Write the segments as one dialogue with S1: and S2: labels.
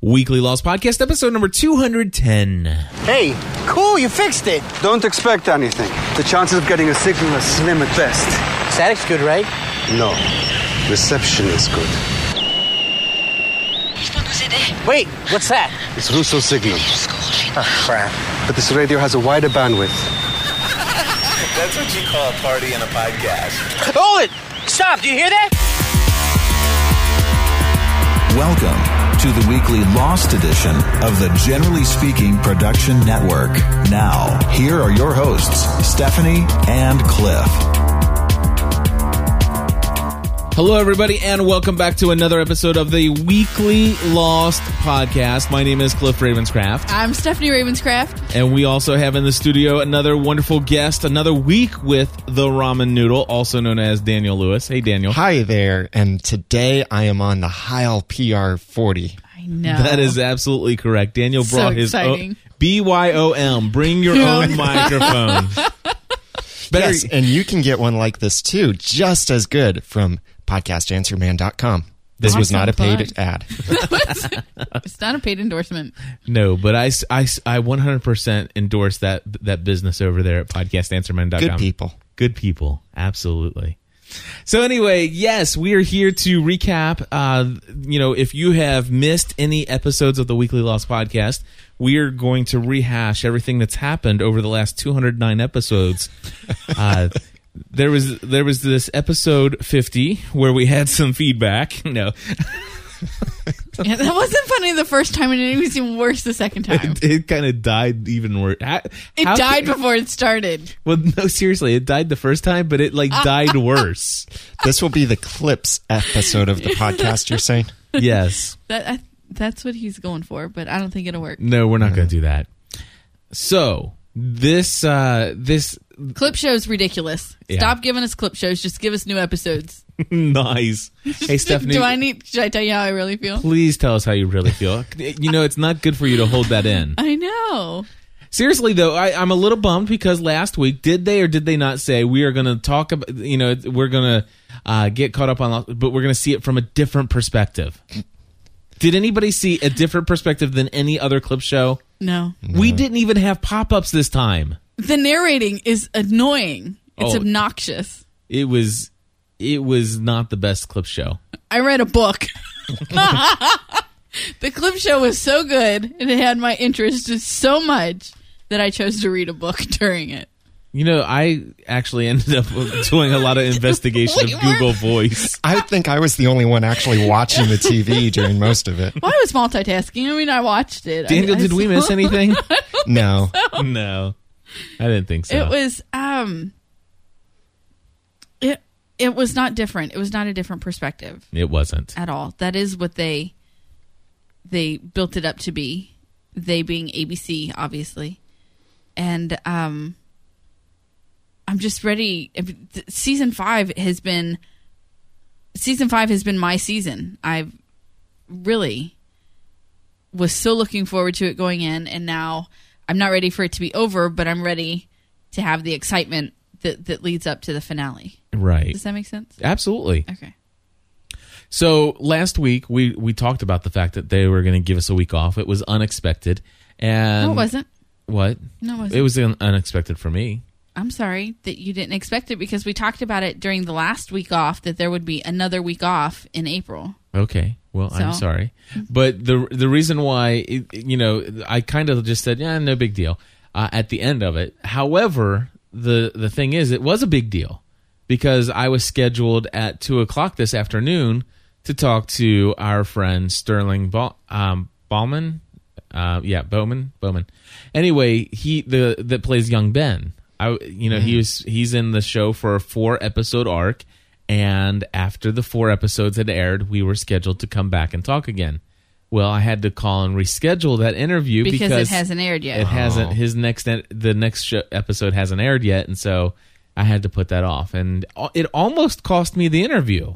S1: Weekly Laws Podcast, episode number 210.
S2: Hey, cool, you fixed it.
S3: Don't expect anything. The chances of getting a signal are slim at best.
S2: Static's good, right?
S3: No, reception is good.
S4: Je peux vous aider
S2: Wait, what's that?
S3: It's Russo signal,
S4: Au secours, vite.
S2: Crap.
S3: but this radio has a wider bandwidth.
S5: That's what you call a party in a podcast.
S2: Hold it! Stop, do you hear that?
S6: Welcome to the weekly Lost edition of the Generally Speaking Production Network. Now, here are your hosts, Stephanie and Cliff.
S1: Hello, everybody, and welcome back to another episode of the Weekly Lost Podcast. My name is Cliff Ravenscraft,
S7: I'm Stephanie Ravenscraft.
S1: and we also have in the studio another wonderful guest, another week with the Ramen Noodle, also known as Daniel Lewis. Hey, Daniel.
S8: Hi there, and today I am on the Heil PR40.
S7: I know.
S1: That is absolutely correct. Daniel
S7: So
S1: brought his
S7: exciting.
S1: own BYOM. Bring your own microphone. Better,
S8: Yes, and you can get one like this too, just as good from podcastanswerman.com. This was
S7: Awesome
S8: not a paid
S7: plug.
S8: ad.
S7: It's not a paid endorsement.
S1: No, but I, s- I s- I 100% endorse that that business over there at podcastanswerman.com.
S8: Good people.
S1: Good people. Absolutely. So anyway, yes, we are here to recap. Uh, you know, if you have missed any episodes of the Weekly Lost podcast, we are going to rehash everything that's happened over the last 209 episodes. Uh, there was there was this episode 50 where we had some feedback. No,
S7: Yeah, that wasn't funny the first time, and it was even worse the second time.
S1: it, it kind of died even worse. How-
S7: It
S1: how
S7: died
S1: can-
S7: before it started.
S1: Well, no, seriously, it died the first time, but it
S7: Ah.
S1: like died worse.
S8: This will be the clips episode of the podcast, you're saying?
S1: yes.
S7: That I, that's what he's going for, but I don't think it'll work.
S1: No, we're not going to do that. So this uh this
S7: Clip shows ridiculous.
S1: Yeah.
S7: Stop giving us clip shows. Just give us new episodes.
S1: nice. Hey Stephanie,
S7: do I need? Should I tell you how I really feel?
S1: please tell us how you really feel. You know, it's not good for you to hold that in.
S7: I know.
S1: Seriously though, I, I'm a little bummed because last week did they or did they not say we are going to talk about? You know, we're going to uh, get caught up on, Lost- but we're going to see it from a different perspective. Did anybody see a different perspective than any other clip show?
S7: No.
S1: We didn't even have pop ups this time.
S7: The narrating is annoying. It's
S1: Oh.
S7: obnoxious.
S1: It was it was not the best clip show.
S7: I read a book. the clip show was so good and it had my interest so much that I chose to read a book during it.
S1: You know, I actually ended up doing a lot of investigation
S7: We
S1: of
S7: were-
S1: Google Voice.
S8: I think I was the only one actually watching the TV during most of it.
S7: Well, I was multitasking. I mean, I watched it. I-
S1: Daniel,
S7: I
S1: did we
S7: saw-
S1: miss anything?
S8: No.
S1: no. I didn't think so.
S7: It was um, it it was not different. It was not a different perspective
S1: it wasn't.
S7: at all. That is what they they built it up to be. They being ABC, obviously, and um, I'm just ready. if- th- Season five has been season five has been my season. I've really was so looking forward to it going in, and now I'm not ready for it to be over, but I'm ready to have the excitement that that leads up to the finale.
S1: Right.
S7: Does that make sense?
S1: Absolutely.
S7: Okay.
S1: So last week we we talked about the fact that they were going to give us a week off. It was unexpected. And
S7: No, it wasn't.
S1: What?
S7: No, it wasn't.
S1: Um, It was un- unexpected for me.
S7: I'm sorry that you didn't expect it because we talked about it during the last week off that there would be another week off in April.
S1: Okay. Well, I'm
S7: So-
S1: sorry, but the the reason why it, you know I kind of just said yeah, no big deal uh, at the end of it. However, the the thing is, it was a big deal because I was scheduled at two o'clock this afternoon to talk to our friend Sterling ba- um, Bauman. Uh, yeah, Bowman. Bowman. Anyway, he the that plays young Ben. I you know he was he's in the show for a four episode arc, and after the four episodes had aired, we were scheduled to come back and talk again. Well, I had to call and reschedule that interview
S7: Because
S1: because,
S7: it hasn't aired yet.
S1: It hasn't. His next en- the next show, episode hasn't aired yet, and so I had to put that off. And al- it almost cost me the interview.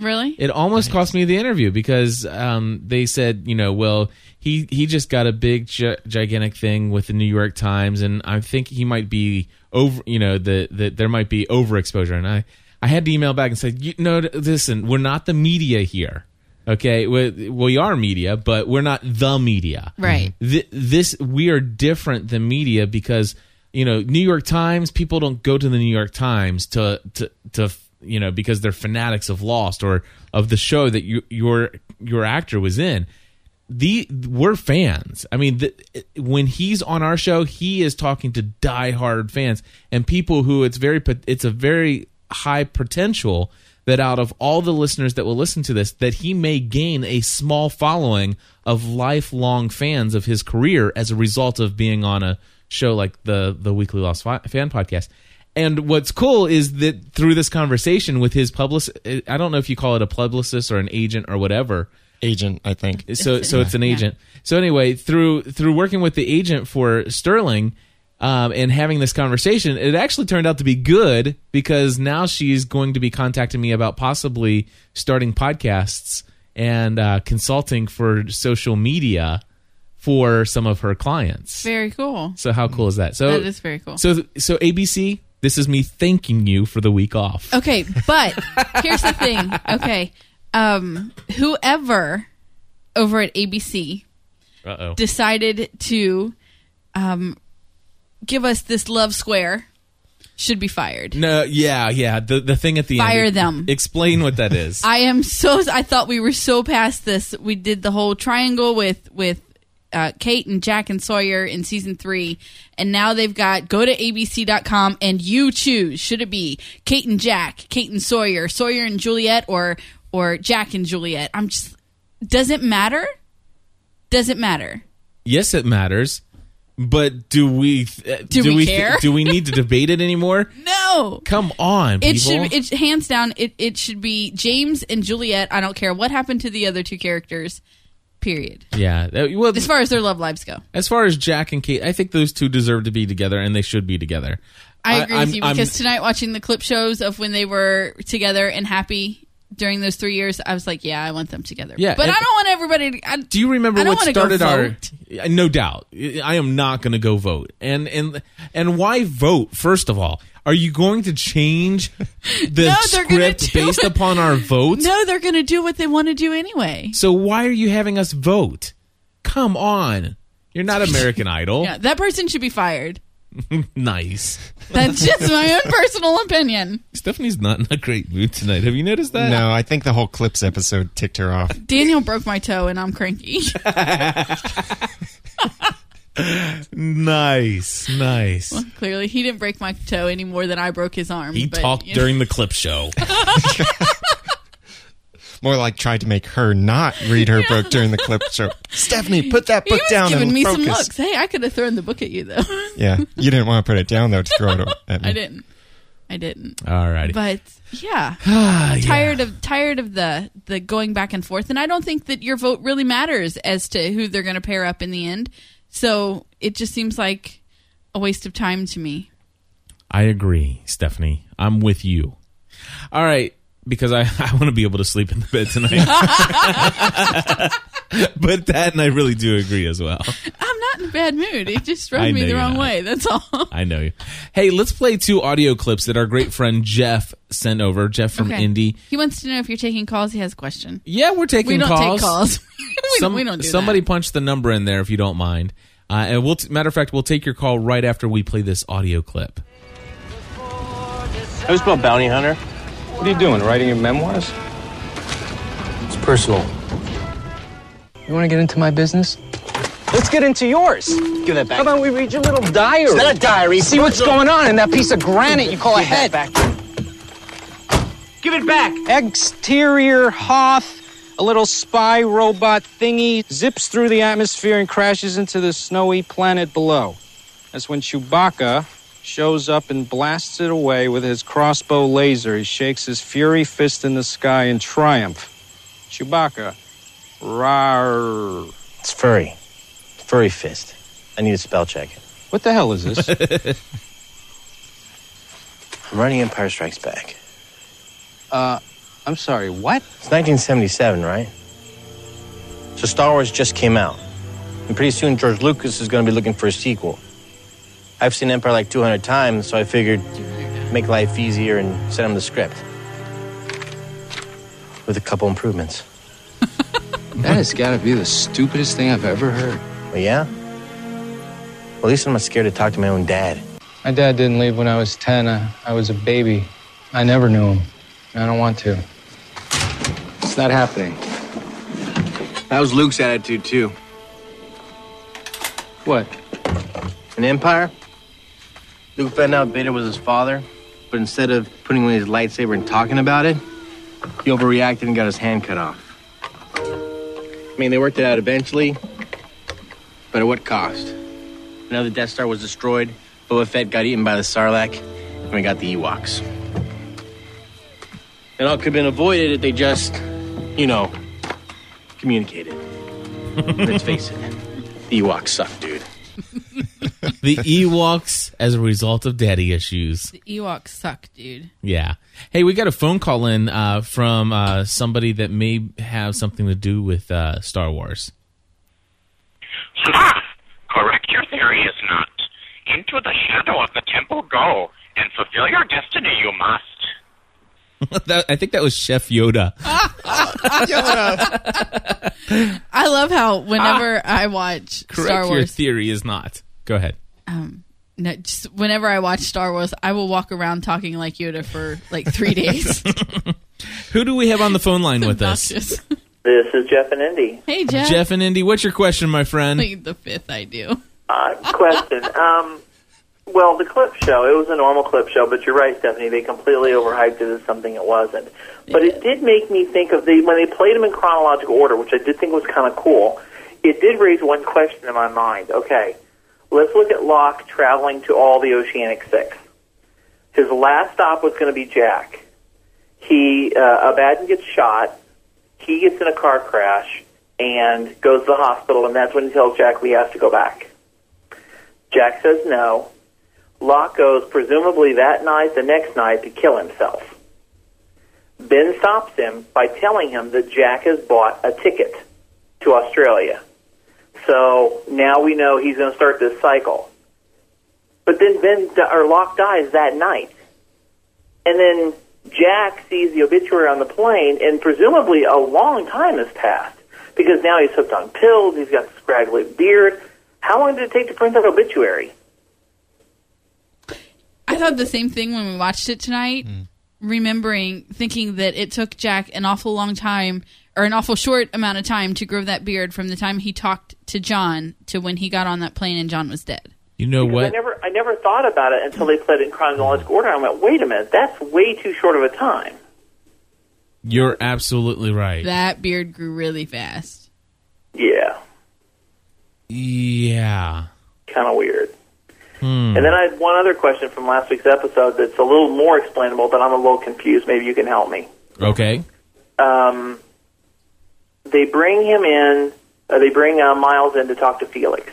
S7: Really?
S1: It almost cost me the interview because um, they said, you know, well, he he just got a big gi- gigantic thing with the New York Times, and I think he might be over, you know, the, the there might be overexposure, and I I had to email back and say, you, no, th- listen, we're not the media here. Okay, we, we are media, but we're not the media.
S7: Right.
S1: Th- this we are different than media because you know New York Times people don't go to the New York Times to to to you know because they're fanatics of Lost or of the show that you, your your actor was in. The we're fans. I mean, the, when he's on our show, he is talking to diehard fans and people who it's very pot- it's a very high potential that out of all the listeners that will listen to this that he may gain a small following of lifelong fans of his career as a result of being on a show like the the weekly lost Fi- fan podcast and what's cool is that through this conversation with his publicist i don't know if you call it a publicist or an agent or whatever
S8: Agent, I think.
S1: so so it's an agent. So anyway, through through working with the agent for Sterling um, and having this conversation, it actually turned out to be good because now she's going to be contacting me about possibly starting podcasts and uh, consulting for social media for some of her clients.
S7: Very cool.
S1: So how cool is that? So
S7: That is very cool.
S1: So so ABC, this is me thanking you for the week off.
S7: Okay, but here's the thing. Okay. Um whoever over at ABC
S1: Uh oh.
S7: decided to um give us this love square should be fired.
S1: No, yeah, yeah. The the thing at the
S7: Fire
S1: end.
S7: them.
S1: Explain what that is.
S7: I am so I thought we were so past this. We did the whole triangle with with uh, Kate and Jack and Sawyer in season 3 and now they've got go to abc.com and you choose should it be Kate and Jack, Kate and Sawyer, Sawyer and Juliet or or Jack and Juliet. I'm just does it matter? Does it matter?
S1: yes, it matters. But do we th-
S7: Do we
S1: we
S7: care?
S1: do we need to debate it anymore?
S7: No.
S1: Come on,
S7: It
S1: people.
S7: should it hands down it it should be James and Juliet. I don't care what happened to the other two characters. Period.
S1: yeah. that- well,
S7: As far as their love lives go.
S1: as far as Jack and Kate, I think those two deserve to be together, and they should be together.
S7: I agree
S1: I'm-
S7: with you
S1: I'm-
S7: because tonight watching the clip shows of when they were together and happy during those three years, I was like, yeah, I want them together.
S1: Yeah,
S7: but I
S1: and-
S7: don't want everybody. To, I,
S1: do you remember
S7: I don't
S1: what
S7: wanna go
S1: started our
S7: vote.
S1: Yeah, no doubt i am not going to go vote and and and why vote first of all are you going to change the
S7: No, they're gonna
S1: script
S7: do
S1: based
S7: it.
S1: upon our votes
S7: No, they're going to do what they want to do anyway.
S1: so why are you having us vote come on you're not american idol
S7: Yeah, that person should be fired.
S1: nice
S7: That's just my own personal opinion.
S1: stephanie's not in a great mood tonight have you noticed that
S8: No, I think the whole Clips episode ticked her off.
S7: Daniel broke my toe and I'm cranky.
S1: nice nice
S7: Clearly, he didn't break my toe any more than I broke his arm.
S1: he
S7: but,
S1: talked
S7: you know.
S1: during the clip show
S8: More like tried to make her not read her book during the clip show. Stephanie, put that
S7: He
S8: book
S7: was
S8: down
S7: giving
S8: and
S7: me some
S8: focus.
S7: looks. Hey, I could have thrown the book at you though.
S8: Yeah, you didn't want to put it down though to throw it at me.
S7: I didn't. I didn't.
S1: all righty
S7: But yeah. tired of tired of the the going back and forth and i don't think that your vote really matters as to who they're going to pair up in the end so it just seems like a waste of time to me
S1: I agree, Stephanie. I'm with you. All right, because I, I want to be able to sleep in the bed tonight. but that and I really do agree as well.
S7: i'm not in a bad mood it just
S1: I
S7: rubbed me
S1: know
S7: the
S1: you're
S7: wrong
S1: not.
S7: way that's all
S1: I know you. Hey, let's play two audio clips that our great friend Jeff sent over. Jeff from
S7: Okay.
S1: Indy.
S7: he wants to know if you're taking calls he has a question
S1: Yeah, we're taking
S7: we don't
S1: calls.
S7: take calls we,
S1: Some-
S7: we don't do
S1: somebody
S7: that.
S1: punch the number in there if you don't mind. Uh, and we'll t- matter of fact, we'll take your call right after we play this audio clip.
S2: I was about bounty hunter.
S4: What are you doing? Writing your memoirs?
S2: It's personal.
S4: You want to get into my business?
S2: Let's get into yours. Give that back.
S4: How about we read your little diary?
S2: Is that a diary?
S4: See what's going on in that piece of granite you call a head.
S2: back. Give it back.
S4: Exterior Hoth, a little spy robot thingy, zips through the atmosphere and crashes into the snowy planet below. That's when Chewbacca shows up and blasts it away with his crossbow laser. He shakes his fury fist in the sky in triumph. Chewbacca, rar.
S2: It's furry. Furry fist. I need a spell check.
S4: What the hell is this?
S2: I'm running Empire Strikes Back.
S4: I'm sorry, what?
S2: It's 1977, right? So Star Wars just came out. And pretty soon George Lucas is going to be looking for a sequel. I've seen Empire like 200 times, so I figured make life easier and send him the script. With a couple improvements.
S4: That has got to be the stupidest thing I've ever heard.
S2: Well, yeah. Well, at least I'm not scared to talk to my own dad.
S4: My dad didn't leave when I was 10. I, I was a baby. I never knew him. And I don't want to. It's not happening.
S2: That was Luke's attitude, too.
S4: What?
S2: An empire? Luke found out Vader was his father, but instead of putting away his lightsaber and talking about it, he overreacted and got his hand cut off. I mean, they worked it out eventually, but at what cost? Another Death Star was destroyed, Boba Fett got eaten by the Sarlacc, and we got the Ewoks. It all could have been avoided if they just, you know, communicated. Let's face it, the Ewoks suck, dude.
S1: The Ewoks as a result of daddy issues.
S7: The Ewoks suck, dude.
S1: Yeah. Hey, we got a phone call in uh, from uh, somebody that may have something to do with uh, Star Wars.
S9: Ha! Correct your theory is not. Into the shadow of the temple go, and fulfill your destiny you must.
S1: that, I think that was Chef Yoda.
S7: Ah, I love how whenever I watch Star
S1: Ah. Correct your
S7: Wars,
S1: theory is not. Go ahead.
S7: no, just whenever I watch Star Wars, I will walk around talking like Yoda for like three days.
S1: Who do we have on the phone line with us?
S7: Obnoxious.
S10: This is Jeff and Indy.
S7: Hey, Jeff.
S1: Jeff and Indy, what's your question, my friend?
S7: Like the fifth I do.
S10: Uh, question. um, well, the clip show, it was a normal clip show, but you're right, Stephanie. They completely overhyped it as something it wasn't. But it did make me think of the when they played them in chronological order, which I did think was kind of cool. It did raise one question in my mind. Okay, let's look at Locke traveling to all the Oceanic Six. His last stop was going to be Jack. He uh, Abaddon gets shot. He gets in a car crash and goes to the hospital, and that's when he tells Jack we have to go back. Jack says no. Locke goes, presumably that night, the next night, to kill himself. Ben stops him by telling him that Jack has bought a ticket to Australia. So now we know he's going to start this cycle. But then Ben or Locke dies that night, and then Jack sees the obituary on the plane, and presumably a long time has passed because now he's hooked on pills. He's got the scraggly beard. How long did it take to print that obituary?
S7: I thought the same thing when we watched it tonight, remembering thinking that it took Jack an awful long time or an awful short amount of time to grow that beard from the time he talked to John to when he got on that plane and John was dead.
S1: You know
S10: Because I
S1: what?
S10: never, I never thought about it until they played it in chronological order. I went, wait a minute, that's way too short of a time.
S1: You're absolutely right.
S7: That beard grew really fast.
S10: Yeah,
S1: yeah.
S10: kind of weird. And then I had one other question from last week's episode that's a little more explainable, but I'm a little confused. Maybe you can help me.
S1: Okay.
S10: um, they bring him in. Uh, they bring uh, Miles in to talk to Felix,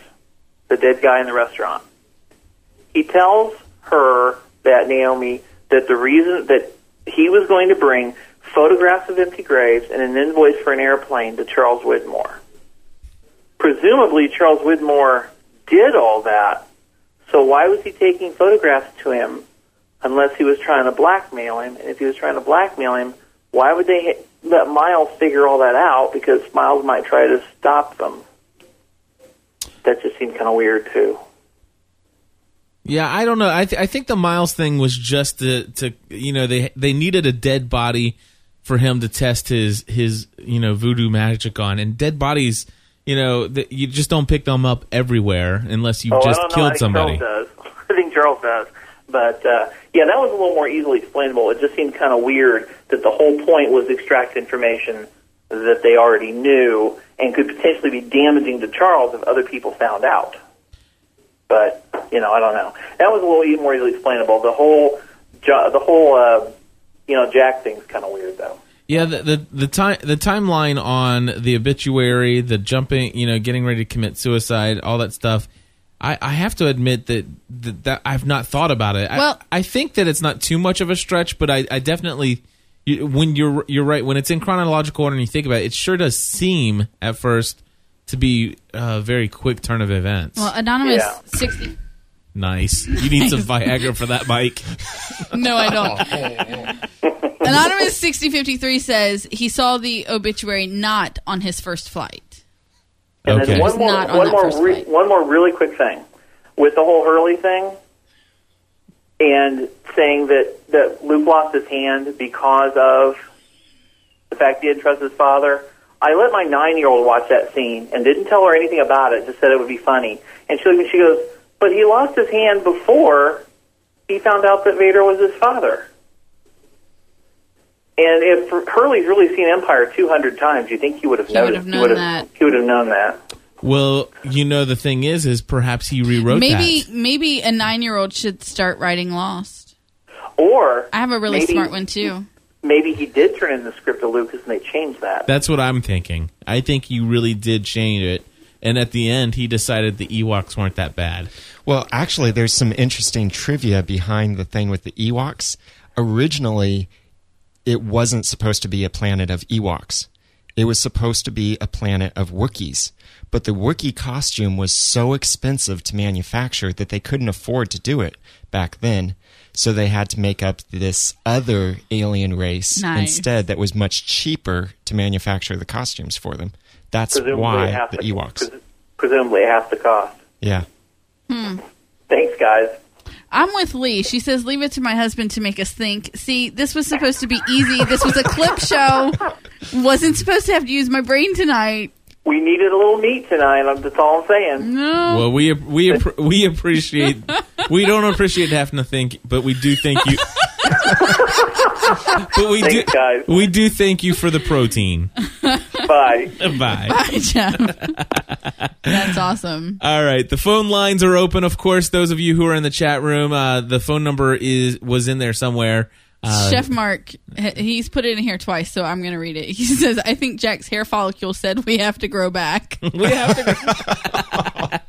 S10: the dead guy in the restaurant. He tells her that Naomi that the reason that he was going to bring photographs of empty graves and an invoice for an airplane to Charles Widmore. Presumably, Charles Widmore did all that. So why was he taking photographs to him unless he was trying to blackmail him. And if he was trying to blackmail him, why would they ha- let Miles figure all that out? Because Miles might try to stop them. That just seemed kind of weird too.
S1: Yeah, I don't know. I th- I think the Miles thing was just to to you know they they needed a dead body for him to test his his you know voodoo magic on, and dead bodies you know that you just don't pick them up everywhere unless you
S10: oh,
S1: just
S10: I don't know. I
S1: killed
S10: think
S1: somebody.
S10: Charles does. I think Charles does. But uh, yeah, that was a little more easily explainable. It just seemed kind of weird that the whole point was to extract information that they already knew and could potentially be damaging to Charles if other people found out. But you know, I don't know. That was a little even more easily explainable. The whole, jo- the whole, uh, you know, Jack thing's kind of weird though.
S1: Yeah, the the the, time, the timeline on the obituary, the jumping, you know, getting ready to commit suicide, all that stuff. I, I have to admit that, that that I've not thought about it. I-
S7: Well-
S1: I, think that it's not too much of a stretch, but I, I definitely you- when you're you're right when it's in chronological order and you think about it, it sure does seem at first to be a very quick turn of events.
S7: Well, Anonymous
S10: Yeah.
S7: 60.
S1: nice. You need some Viagra for that, Mike.
S7: No, I don't. Anonymous sixty fifty three says he saw the obituary not on his first flight.
S10: And then one
S7: It's
S10: more,
S7: not on
S10: one
S7: that
S10: more,
S7: first
S10: re- one more really quick thing with the whole Hurley thing, and saying that that Luke lost his hand because of the fact he didn't trust his father. I let my nine-year-old watch that scene and didn't tell her anything about it. Just said it would be funny, and she looked and she goes, "But he lost his hand before he found out that Vader was his father." And if Hurley's really seen Empire 200 times, you think he would have
S7: He would
S10: noticed.
S7: have known that.
S10: He would have known that.
S1: Well, you know the thing is, is perhaps he rewrote
S7: Maybe
S1: that.
S7: maybe a nine year old should start writing Lost.
S10: Or
S7: I have a really
S10: maybe-
S7: smart one too.
S10: Maybe he did turn in the script to Lucas, and they changed that.
S1: That's what I'm thinking. I think you really did change it, and at the end, he decided the Ewoks weren't that bad.
S8: Well, actually, there's some interesting trivia behind the thing with the Ewoks. Originally, it wasn't supposed to be a planet of Ewoks. It was supposed to be a planet of Wookiees. But the Wookiee costume was so expensive to manufacture that they couldn't afford to do it back then. So they had to make up this other alien race
S7: Nice.
S8: instead that was much cheaper to manufacture the costumes for them. That's
S10: Presumably
S8: why
S10: half
S8: the
S10: the-
S8: Ewoks.
S10: Presumably half the cost.
S8: Yeah.
S7: Hmm.
S10: Thanks, guys.
S7: I'm with Lee. She says, "Leave it to my husband to make us think." See, this was supposed to be easy. This was a clip show. Wasn't supposed to have to use my brain tonight.
S10: We needed a little meat tonight. I'm- That's all I'm saying.
S7: No.
S1: Well, we we appr- we appreciate we don't appreciate having to think, but we do thank you. but we do
S10: Thanks, guys.
S1: we do thank you for the protein.
S10: Bye.
S1: Bye.
S7: Bye, Jeff. That's awesome.
S1: All right, the phone lines are open. Of course, those of you who are in the chat room, uh, the phone number is was in there somewhere. Uh,
S7: Chef Mark, h- he's put it in here twice, so I'm going to read it. He says, "I think Jack's hair follicle said we have to grow back."
S1: we have to.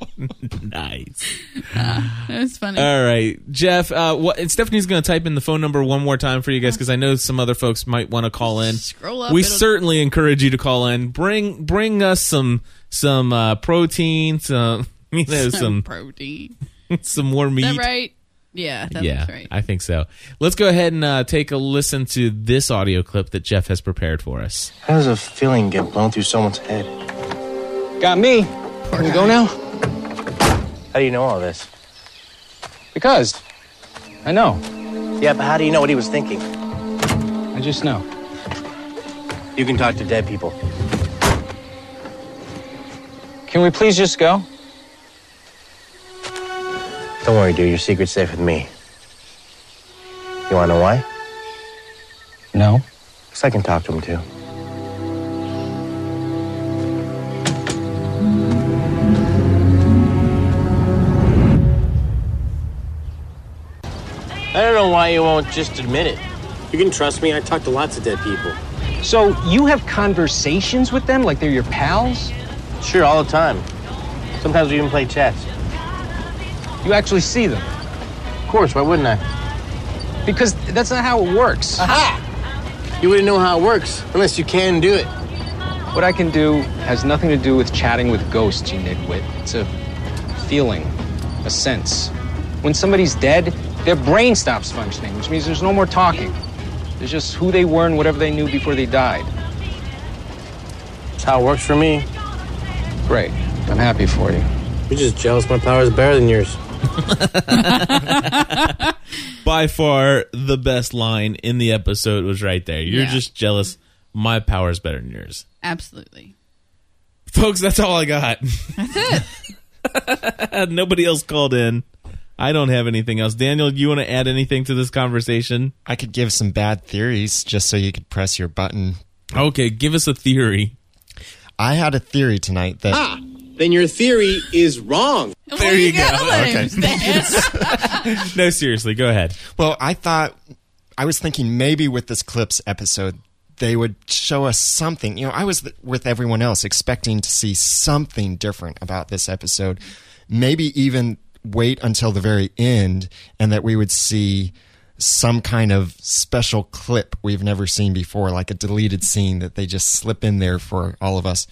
S1: nice.
S7: That was funny.
S1: All right, Jeff. Uh, what, and Stephanie's going to type in the phone number one more time for you guys because I know some other folks might want to call in.
S7: Scroll up,
S1: We
S7: it'll-
S1: certainly encourage you to call in. Bring bring us some some uh, protein, some you know some
S7: protein.
S1: some more meat.
S7: Is that right? Yeah, that
S1: yeah,
S7: looks right.
S1: I think so. Let's go ahead and uh, take a listen to this audio clip that Jeff has prepared for us.
S2: How does a feeling get blown through someone's head?
S4: Got me. Can we go now?
S2: How do you know all this?
S4: Because I know.
S2: Yeah, but how do you know what he was thinking?
S4: I just know.
S2: You can talk to dead people.
S4: Can we please just go?
S2: Don't worry, dude. Your secret's safe with me. You wanna know why?
S4: No.
S2: Cause I can talk to him too. I don't know why you won't just admit it. You can trust me. I talk to lots of dead people.
S4: So you have conversations with them like they're your pals?
S2: Sure, all the time. Sometimes we even play chess.
S4: You actually see them?
S2: Of course, why wouldn't I?
S4: Because that's not how it works.
S2: You wouldn't know how it works unless you can do it.
S4: What I can do has nothing to do with chatting with ghosts, you nitwit. It's a feeling, a sense. When somebody's dead, their brain stops functioning, which means there's no more talking. There's just who they were and whatever they knew before they died.
S2: That's how it works for me.
S4: Great. I'm happy for you.
S2: You're just jealous. My power is better than yours.
S1: By far the best line in the episode was right there. You're
S7: Yeah.
S1: just jealous. My power's better than yours,
S7: Absolutely.
S1: folks. That's all I got.
S7: That's it.
S1: Nobody else called in. I don't have anything else. Daniel, you want to add anything to this conversation?
S8: I could give some bad theories just so you could press your button.
S1: Okay, give us a theory.
S8: I had a theory tonight that
S11: Then your theory is wrong.
S7: There,
S1: you
S7: gotta
S1: go.
S7: let him say it.
S1: No, seriously, go ahead.
S8: well, I thought I was thinking maybe with this clips episode they would show us something. You know, I was th- with everyone else expecting to see something different about this episode. Maybe even wait until the very end and that we would see some kind of special clip we've never seen before, like a deleted scene that they just slip in there for all of us.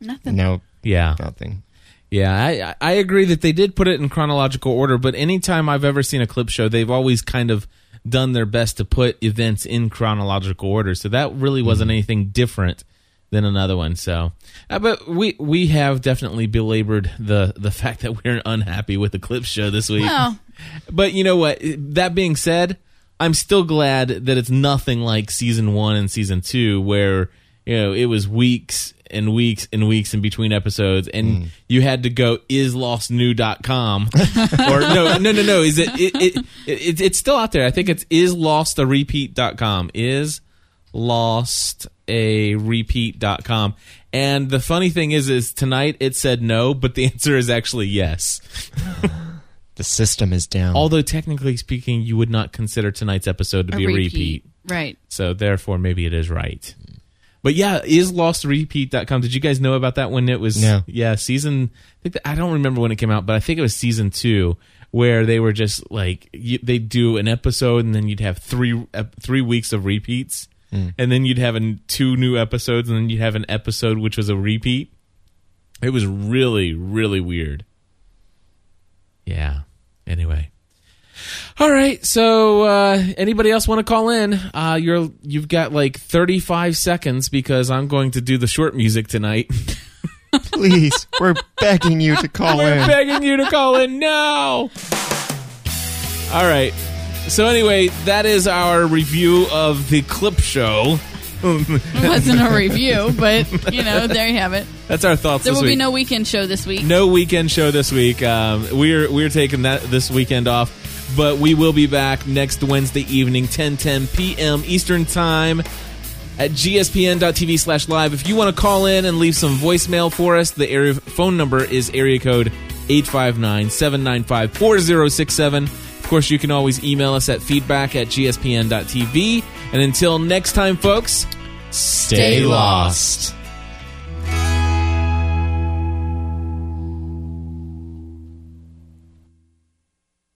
S7: Nothing.
S8: No,
S1: Yeah.
S8: nothing.
S1: Yeah, I I agree that they did put it in chronological order, but anytime I've ever seen a clip show, they've always kind of done their best to put events in chronological order. So that really wasn't anything different than another one. So, uh, but we we have definitely belabored the the fact that we're unhappy with the clip show this week.
S7: Well.
S1: But you know what? That being said, I'm still glad that it's nothing like season one and season two, where you know it was weeks and weeks and weeks in between episodes, and you had to go islostnew.com or no no no no is it, it, it, it it's still out there? I think it's islostarepeat.com is lost a repeat.com and the funny thing is is tonight it said no but the answer is actually yes
S8: the system is down
S1: although technically speaking you would not consider tonight's episode to be a repeat,
S7: Right.
S1: so therefore maybe it is right but yeah is lostrepeat.com did you guys know about that when it was
S8: No.
S1: yeah season I, think that, I don't remember when it came out but i think it was season two where they were just like you, they do an episode and then you'd have three ep- three weeks of repeats and then you'd have an, two new episodes and then you'd have an episode which was a repeat it was really really weird yeah anyway all right. So, uh, anybody else want to call in? Uh, you're you've got like 35 seconds because I'm going to do the short music tonight.
S8: please we're begging you to call
S1: We're
S8: in
S1: begging you to call in now. All right. So anyway, that is our review of the clip show.
S7: It wasn't a review, but you know, there you have it.
S1: That's our thoughts.
S7: There
S1: this
S7: will be
S1: week.
S7: no weekend show this week.
S1: no weekend show this week. Um, we're we're taking that this weekend off, but we will be back next Wednesday evening, 10 10 p.m. Eastern time at gspn.tv slash live. If you want to call in and leave some voicemail for us, the area phone number is area code 859-795-4067. Of course, you can always email us at feedback at gspn.tv. And until next time, folks,
S8: stay lost